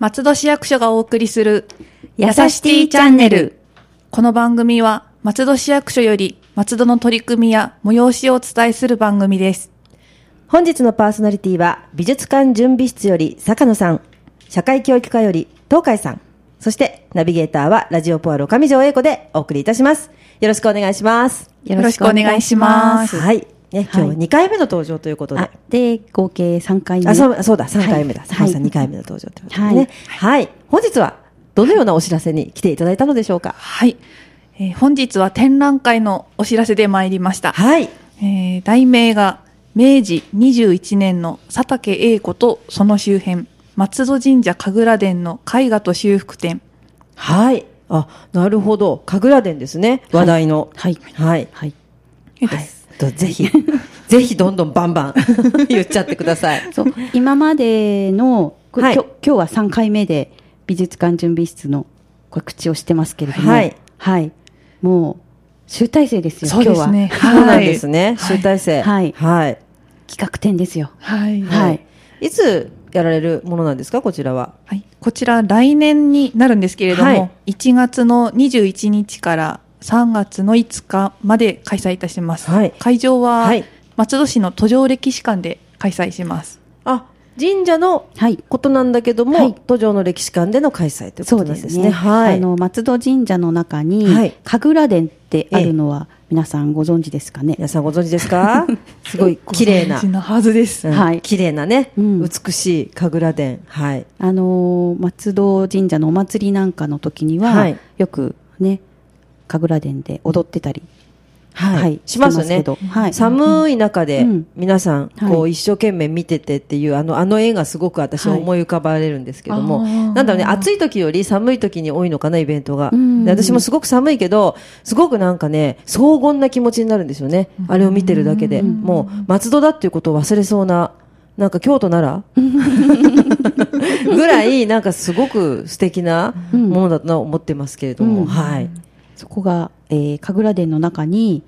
松戸市役所がお送りする、やさしティチャンネル。この番組は、松戸市役所より、松戸の取り組みや催しをお伝えする番組です。本日のパーソナリティは美術館準備室より坂野さん社会教育課より東海さんそしてナビゲーターはラジオポアロ上条英子でお送りいたしますよろしくお願いしますよろしくお願いします。はいね、今日ははい2回目の登場ということで、あで、合計3回目。あそうそうだ3回目だ、はい坂野さんはい2回目の登場ということでねはい、本日はどのようなお知らせに来ていただいたのでしょうかはい。えー本日は展覧会のお知らせで参りました。はいえー題名が、明治21年の佐竹英子とその周辺、松戸神社神楽殿の絵画と修復展。はいあなるほど神楽殿ですね話題のはい。はいはい。はい、とぜひ、 ぜひどんどんバン バン言っちゃってください。そう、今までの、こはいきょ今日は3回目で、美術館準備室の、これ、口をしてますけれども、はい。はい。もう、集大成ですよ、そうですね。今日は。 そうなんですね、はい集大成。はいはい。企画展ですよ。はい。はいいつやられるものなんですか、こちらは。はい、こちら来年になるんですけれども、はい1月の21日から3月の5日まで開催いたします。はい会場ははい松戸市の途上歴史館で開催します。あ、神社のはい。ことなんだけども、はい都城の歴史館での開催というこそとうなでんですすね。ね。はい。あの、松戸神社の中に、はい神楽殿ってあるのは、皆さんご存知ですかね。皆さんご存知で すかすごい 綺麗なご存知。のはずです。うんはい綺麗なね、うん美しい神楽殿。はい。あのー松戸神社のお祭りなんかの時には、はいよくね神楽殿で踊ってたり、はいししまますすよよねね。はい、寒い中でうん皆さんはいこう一生懸命見ててっていうあのあの絵がすごく私は思い浮かばれるんですけども、はいあーなんだろうね暑い時より寒い時に多いのかなイベントが、うんで私もすごく寒いけどすごくなんかね荘厳な気持ちになるんですよねあれを見てるだけで、もう松戸だっていうことを忘れそうななんか京都 ならぐらいなんかすごく素敵なものだと思ってますけれども、うんはいそこが、えー、神楽殿の中に、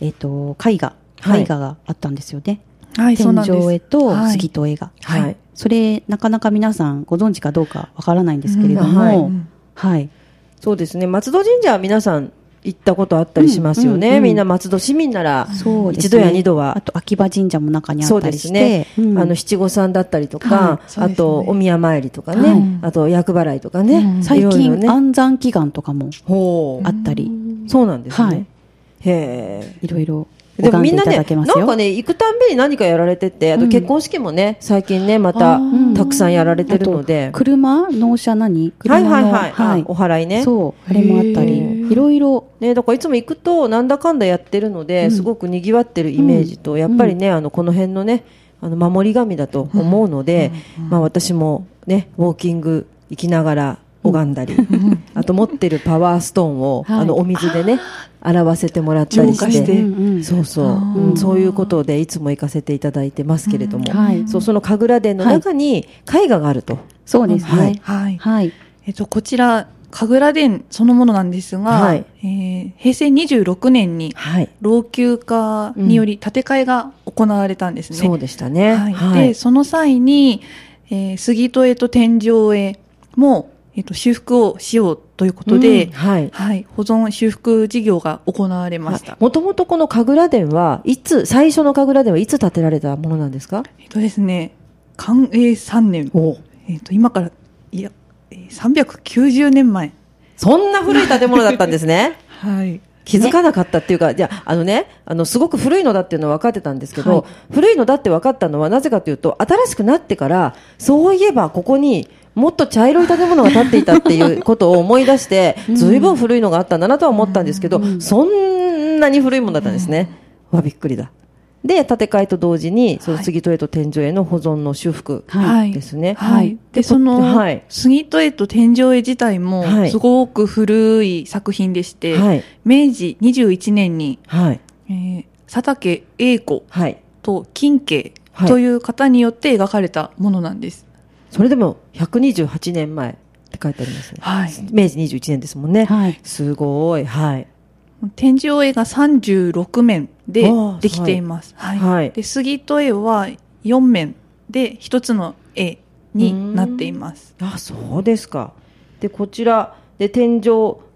えっと絵画はい絵画があったんですよね、はい、そうなん天井絵です。とはい杉戸絵画、はい、それなかなか皆さんご存知かどうかわからないんですけれども、うんはいうんはいそうですね松戸神社は皆さん行ったことあったりしますよね、うんうんうんみんな松戸市民ならそうですね一度や二度はあと秋葉神社も中にあそうったでりしすてね、うんあの七五三だったりとか、はいそうあですねとお宮参りとかね、はいあと厄払いとかね、うん最いろいろ近、ね安産祈願とかもほあったり、うそうなんですね、はいへいろいろえでも拝んみでんいなたね、なだけますよ。んかね、行くたんびに何かやられてて、あと結婚式もね、最近ね、まあたーたくさんやられてるので、車納車何は車いのはいはい、あお祓いね。そうあれもあったへりーいろいろね、だからいつも行くとなんだかんだやってるので、うんすごくにぎわってるイメージと、やっぱりねあのこの辺のねあの守り神だと思うので、まあ、私も、ね、ウォーキング行きながら拝んだり、あと持ってるパワーストーンを、はいあのお水でね洗わせてもらったりし浄化しててうんうんそうそう、あーうんそういうことでいつも行かせていただいてますけれども、はいそうその神楽殿の中に絵画があると。そうですねはい。はいえっと、こちら、神楽殿そのものなんですが、はいえー平成26年にはい老朽化により建て替えが行われたんですね。そうでしたね、はいでその際に、えー杉戸絵と天井絵も、えっと修復をしようということで、うんはい、はい、保存修復事業が行われました。もともとこの神楽殿はいつ、最初の神楽殿はいつ建てられたものなんですかえっとですね、寛永3年、えっと今からいやえー390年前、そんな古い建物だったんです ね。はい、気づかなかったっていうか、じゃあ、あのね、あの、すごく古いのだっていうのは分かってたんですけど、古いのだって分かったのはなぜかというと、新しくなってから、そういえばここにもっと茶色い建物が建っていたっていうことを思い出して、 ずいぶん古いのがあったんだなとは思ったんですけど、そんなに古いものだったんですね。わ、びっくりだ。で、建て替えと同時に、その杉戸へと天井への保存の修復はいですね。ははいい。で、その、はい杉戸絵と天井絵自体もはい、すごく古い作品でして、はい明治21年に、はい。えー佐竹英子はい。と金慶はいという方によって描かれたものなんです。それでも128年前って書いてありますね。はい。明治21年ですもんね。はいすごい。はい。展示用絵が36面であーできています。はい。はいで、杉と絵は4面で一つの絵になっています。あそうですかでこちらで天井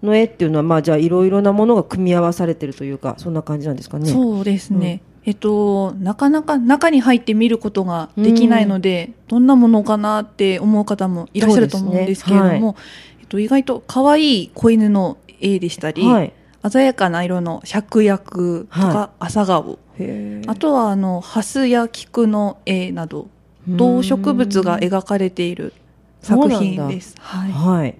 の絵っていうのはまあじゃあいろいろなものが組み合わされてるというかそんな感じなんですかねうそうですね。えっと、なかなか中に入って見ることができないので、どんなものかなって思う方もいらっしゃると思うんですけれども、そうですねえっと、意外と可愛い子犬の絵でしたり、はい鮮やかな色の芍薬とはか朝顔、へーあとはあのハスや菊の絵など動植物が描かれている作品です。はい、はい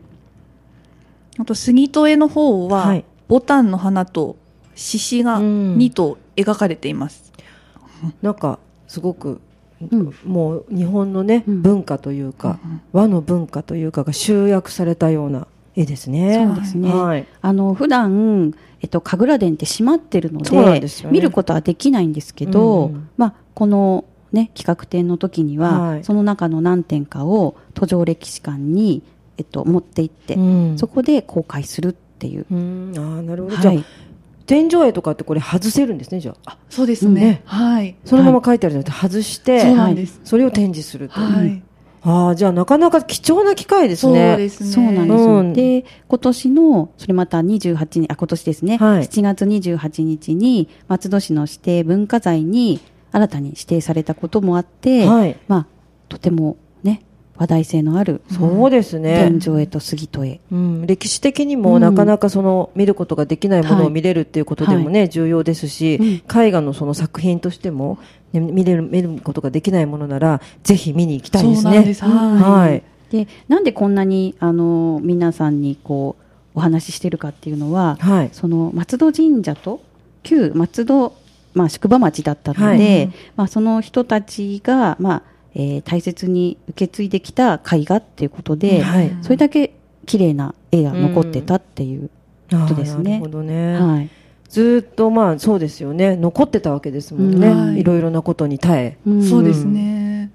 あと杉戸絵の方は、はいボタンの花と獅子がうん2頭描かれています。なんかすごくうんもう日本のね、うん文化というか、和の文化というかが集約されたような絵ですね。そうですねはい。あの普段えっと神楽殿って閉まってるのでそうなんですよね見ることはできないんですけど、うんまあ、この、ね、企画展の時には、はいその中の何点かを途上歴史館に、えっと、持って行って、うんそこで公開するっていう、うん、ああ、なるほど。じゃはあい、天井絵とかってこれ外せるんですね、じゃあ。あ、そうですうんねね。はい。そのまま書いてあるんじゃなくて外して、そうなんです。それを展示すると。はい。ああ、じゃあなかなか貴重な機会ですそうね。ですね。そうなんですよ、うんで今年のそれまた28日あ今年ですね、はい7月28日に松戸市の指定文化財に新たに指定されたこともあって、はいまあ、とても、ね、話題性のあるそうですね天。井絵と杉戸絵うん、歴史的にもうんなかなかその見ることができないものはをい見れるっていうことでもね、重要ですし、うん絵画のその作品としても、ね、見れる見ることができないものならぜひ見に行きたいですね。そうなんですはいはいでなんでこんなにあの皆さんにこうお話ししてるかっていうのは、はいその松戸神社と旧松戸、まあ、宿場町だったので、はいまあ、その人たちが、まあえー大切に受け継いできた絵画っていうことで、はいそれだけ綺麗な絵が残ってたっていう、あことーですねなるほどね。はいずーっとまあそうですよね残ってたわけですもんね、うんい、ろいろなことに耐えうんそうですね。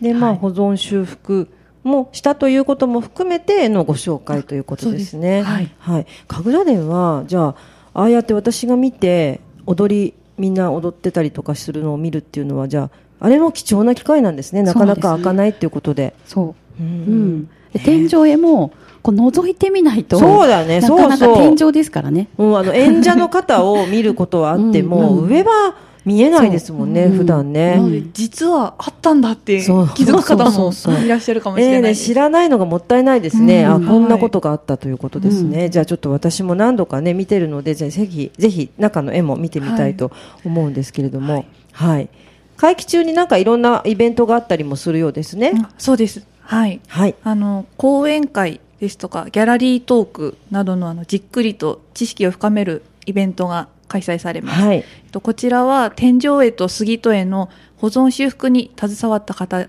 で、まあ、はい保存修復もしたということも含めてのご紹介ということですねあそうですはい、神楽殿はじゃあああやって私が見て踊りみんな踊ってたりとかするのを見るっていうのはじゃああれも貴重な機会なんですねなかなか開かないっていうことでそうう、うんんで天井絵もこう覗いてみないとそうだねなかなそかうそう天井ですからねうんあの演者の方を見ることはあっても、うんうん上は見えないですもんね、そううん普段ね、なので、実はあったんだって気そうづく方そうもそうそういらっしゃるかもしえれえないでね、す。知らないのがもったいないですね、うんあこんなことがあったということですね、じゃあちょっと私も何度か、ね、見てるのでぜひぜひ中の絵も見てみたいと思うんですけれども、はい会期中になんかいろんなイベントがあったりもするようですね。あそうです。はい。はいあの、講演会ですとか、ギャラリートークなどの、あの、じっくりと知識を深めるイベントが開催されます。はいえっとこちらは、天井絵と杉戸絵の保存修復に携わった方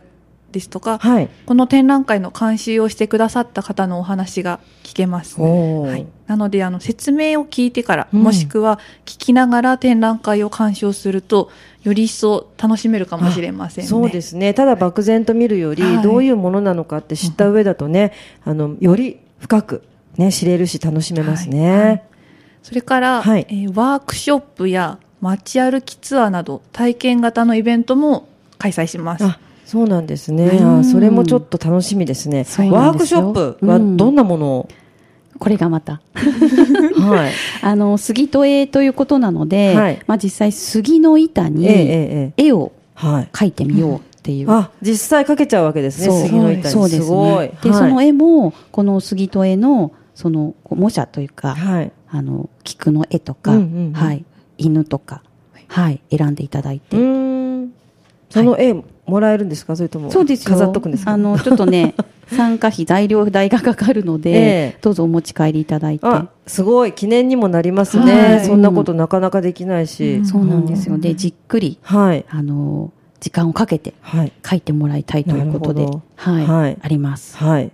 ですとか、はいこの展覧会の監修をしてくださった方のお話が聞けます。おーはい、なのであの説明を聞いてから、うんもしくは聞きながら展覧会を鑑賞するとより一層楽しめるかもしれませんね。そうですねただ漠然と見るより、はいどういうものなのかって知った上だとね、あのより深く、ね、知れるし楽しめますね。はいそれから、はいえーワークショップや街歩きツアーなど体験型のイベントも開催します。あそうなんですね、はいあーそれもちょっと楽しみですねそうワなんークでシすョよップはどんなものを、これがまた はいあの杉戸絵ということなので、はいまあ、実際杉の板えええにえええ絵をはい描いてみようっていう、あ実際かけちゃうわけですそうね杉の板にそうですすごいねで、その絵もこの杉戸絵のそのこう模写というか、はいあの菊の絵とか、うんうんうんはい、犬とか、はい、選んでいただいて、うーんその絵もらえるんですかそれともそうですよ飾っとくんですかあのちょっと ね参加費材料代がかかるので、ええどうぞお持ち帰りいただいてあすごい記念にもなりますね、はいそんなことなかなかできないし、うんそうなんですよでじっくりはいあの時間をかけてはい書いてもらいたいということなでるほど、はいはいあります。はい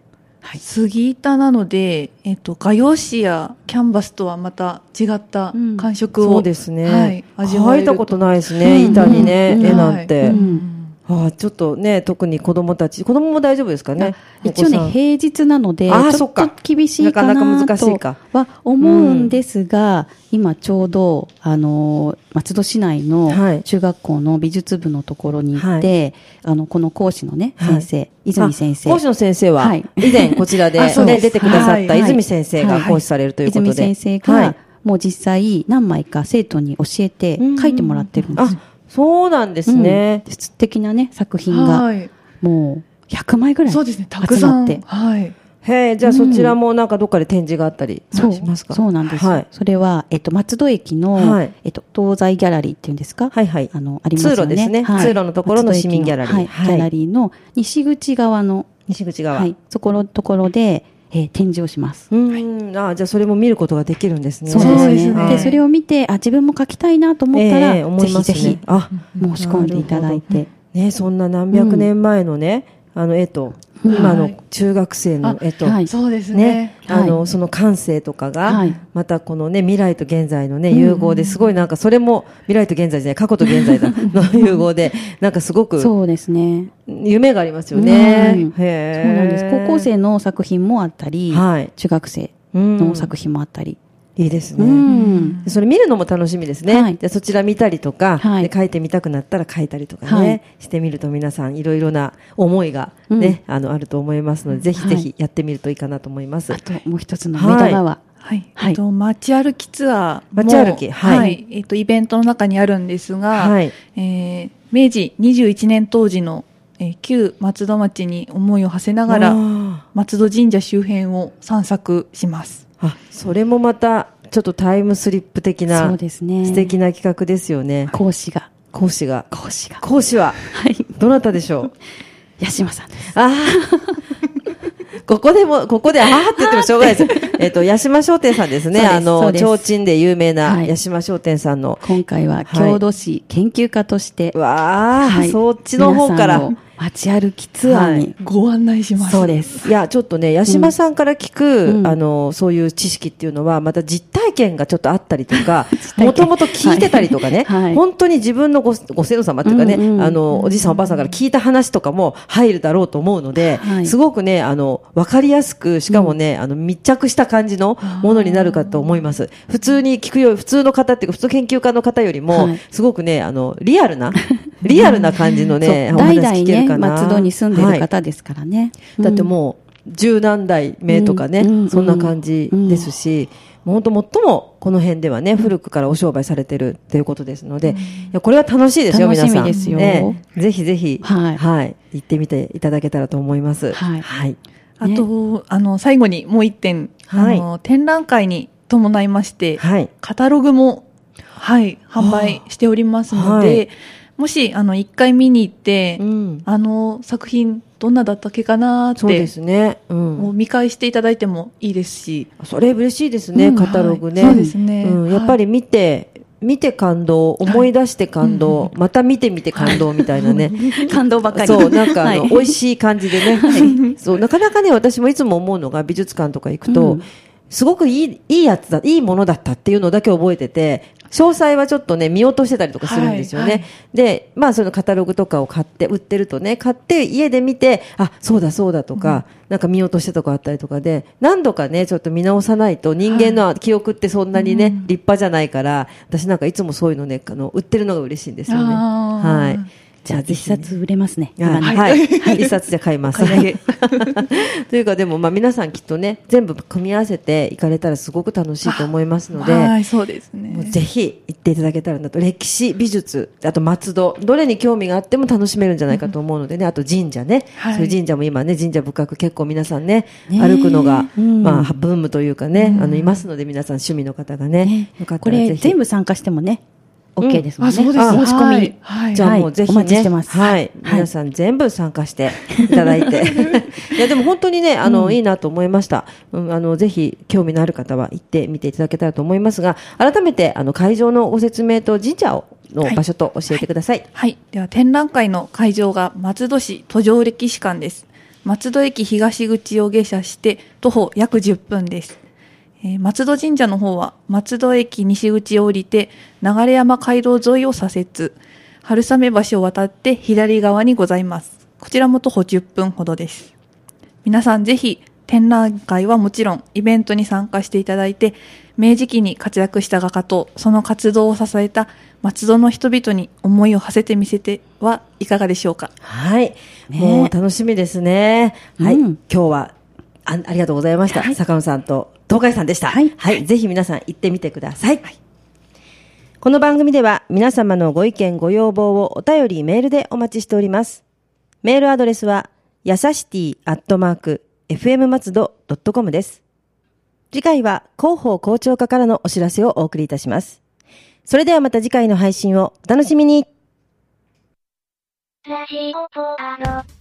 杉板なので、えっと画用紙やキャンバスとはまた違った感触を、そうですね、はい、味わ書えいるたことい、ないですね、うん板にね、うん絵なんて、はいうんうんああちょっとね特に子供たち子供も大丈夫ですかね一応ねお子さん平日なのでちあーょそっっとか厳しいかななかなか難しいとかは思うんですが、今ちょうど、あのー松戸市内はのい中学校の美術部のところに行って、あのこの講師のねは先い生、泉先生あ講師の先生は、はい以前こ ちらであそうでね、す出てくださったはい泉先生が講師されるということで。泉先生が、はいもう実際何枚か生徒に教えてうん書いてもらってるんですあ、そうなんですね。うん素敵なね作品がはい。もう100枚ぐらいそうですね、たくさん。集まってはい。へえ、じゃあそちらもなんかどっかで展示があったりしそうますかそうなんです、はい。それは、えっと、松戸駅の、はいえっと、東西ギャラリーっていうんですか、はいはい。あのありますよね通路ですねはい通路のところの市民ギャラリ松ー戸駅のはいはいギャラリーの西口側の、西口側。はい、そこのところで、えー展示をします。うーん、あ、じゃあそれも見ることができるんですね。そうですねはいで、それを見て、あ、自分も描きたいなと思ったら、ええ思ぜいひますぜねひ、あ、申し込んでいただいて。ね、そんな何百年前のね、あの絵と、うん今の中学生の絵と、あはいそうですねね。、あはの、その感性とかが、はいまたこのね、未来と現在のね、うん融合ですごいなんか、それも、未来と現在じゃない、過去と現在 だの融合で、なんかすごく、そうですね。夢がありますようんね。そうへーなんです。高校生の作品もあったり、はい中学生のの作品もあったり。いいですうね。ん。それ見るのも楽しみですね。はいでそちら見たりとか、はいで書いてみたくなったら書いたりとかね、はいしてみると皆さんいろいろな思いがね、あの、あると思いますので、ぜひぜひやってみるといいかなと思います。あともう一つの目玉は、はい。はいえっと、街歩きツアーも。街歩きはいえっと、イベントの中にあるんですが、はい。えー明治21年当時の、えー旧松戸町に思いを馳せながあら、ー松戸神社周辺を散策します。あそれもまたちょっとタイムスリップ的そうなですね。素敵な企画ですよね講師が、講師が講師が、講師ははい、どなたでしょ う八島さんです。ああここでもここでああって言ってもしょうがないです えっと八島商店さんですねそうですあそうのです提灯で有名なはい八島商店さんの、今回ははい郷土史研究家として、わあ、はいそっちの方から皆さんを街歩きツアーに、ご案内します。そうです。いや、ちょっとね、八島さんから聞うく、んあの、そういう知識っていうのは、また実体験がちょっとあったりとか 実、体験もともと聞いてたりとかね、はいはい本当に自分のごご先祖様っていうかね、うんうんあの、おじいさんおばあさんから聞いた話とかも入るだろうと思うので、はいすごくね、あの、わかりやすく、しかもね、あの、密着した感じのものになるかと思います。普通に聞くよ、普通の方っていうか、普通研究家の方よりも、はいすごくね、あの、リア ルな、リアルな感じのね、そうお話代々聞けるね、かな松戸に住んではるい方ですからね。だってうんもう十何代目とかね、うんそんな感じですし、もう本当最もこの辺ではね古くからお商売されてるということですので、いやこれは楽しいですよ楽しみ皆さんですよねぜひぜひ、はい行ってみていただけたらと思いますはいあと、あの、最後にもう一点、はいあの、展覧会に伴いまして、はいカタログも、はい、販売しておりますので、はいもし、あの、一回見に行って、うんあの、作品、どんなだったっけかなーそっうでて、すね、うん、もう見返していただいてもいいですし、それ嬉しいですね、うんカタログね。はいそうですねうん、やっぱり見て、見て感動、思い出して感動、また見てみて感動みた いなね。感動ばかり。 そう、なんかあの、はい美味しい感じでね、そう、なかなかね、私もいつも思うのが美術館とか行くと、うんすごくいい、いいやつだ、いいものだったっていうのだけ覚えてて、詳細はちょっとね、見落としてたりとかするんですよね。はいはいで、まあ、そのカタログとかを買って、売ってるとね、買って家で見て、あ、そうだそうだとか、なんか見落としてとかあったりとかで、何度かね、ちょっと見直さないと、人間の記憶ってそんなにね、立派じゃないから、私なんかいつもそういうのね、あの、売ってるのが嬉しいんですよね。あーはい。じゃあ、一ね冊売れますね。今ねはい。 一冊じゃ買います。買い上げ というか、でも、まあ、皆さんきっとね、全部組み合わせて行かれたらすごく楽しいと思いますのはで、い、そうですね。もうぜひ行っていただけたらなと。歴史、美術、あと松戸、どれに興味があっても楽しめるんじゃないかと思うのでね、あと神社ね。はいそういう神社も今ね、神社仏閣結構皆さんね、ね歩くのが、うんまあ、ブームというかね、あの、いますので、皆さん趣味の方がね、よかっこたらぜひ。れ全部参加してもね、うん OK ですもんあ、ね。そうです。あ申し込みに。はい。じゃあもうぜひね、はいお待ちしてますはいはい皆さん全部参加していただいて。 いや、でも本当にね、あの、いいなと思いました。うん、あの、ぜひ興味のある方は行ってみていただけたらと思いますが、改めて、あの、会場のご説明と神社を、のはい場所と教えてください。はい。では、展覧会の会場が松戸市途上歴史館です。松戸駅東口を下車して、徒歩約10分です。えー松戸神社の方は、松戸駅西口を降りて、流山街道沿いを左折。春雨橋を渡って左側にございます。こちらも徒歩10分ほどです。皆さんぜひ展覧会はもちろんイベントに参加していただいて明治期に活躍した画家とその活動を支えた松戸の人々に思いを馳せてみせてはいかがでしょうかはい。ねもう楽しみですね。はい。うん今日はあ、ありがとうございました。坂野さんと東海さんでした。はいぜひ皆さん行ってみてください。この番組では皆様のご意見、ご要望をお便り、メールでお待ちしております。メールアドレスは、やさしティアットマーク、fm 松戸 .com です。次回は広報校長課からのお知らせをお送りいたします。それではまた次回の配信をお楽しみにラジオポアド。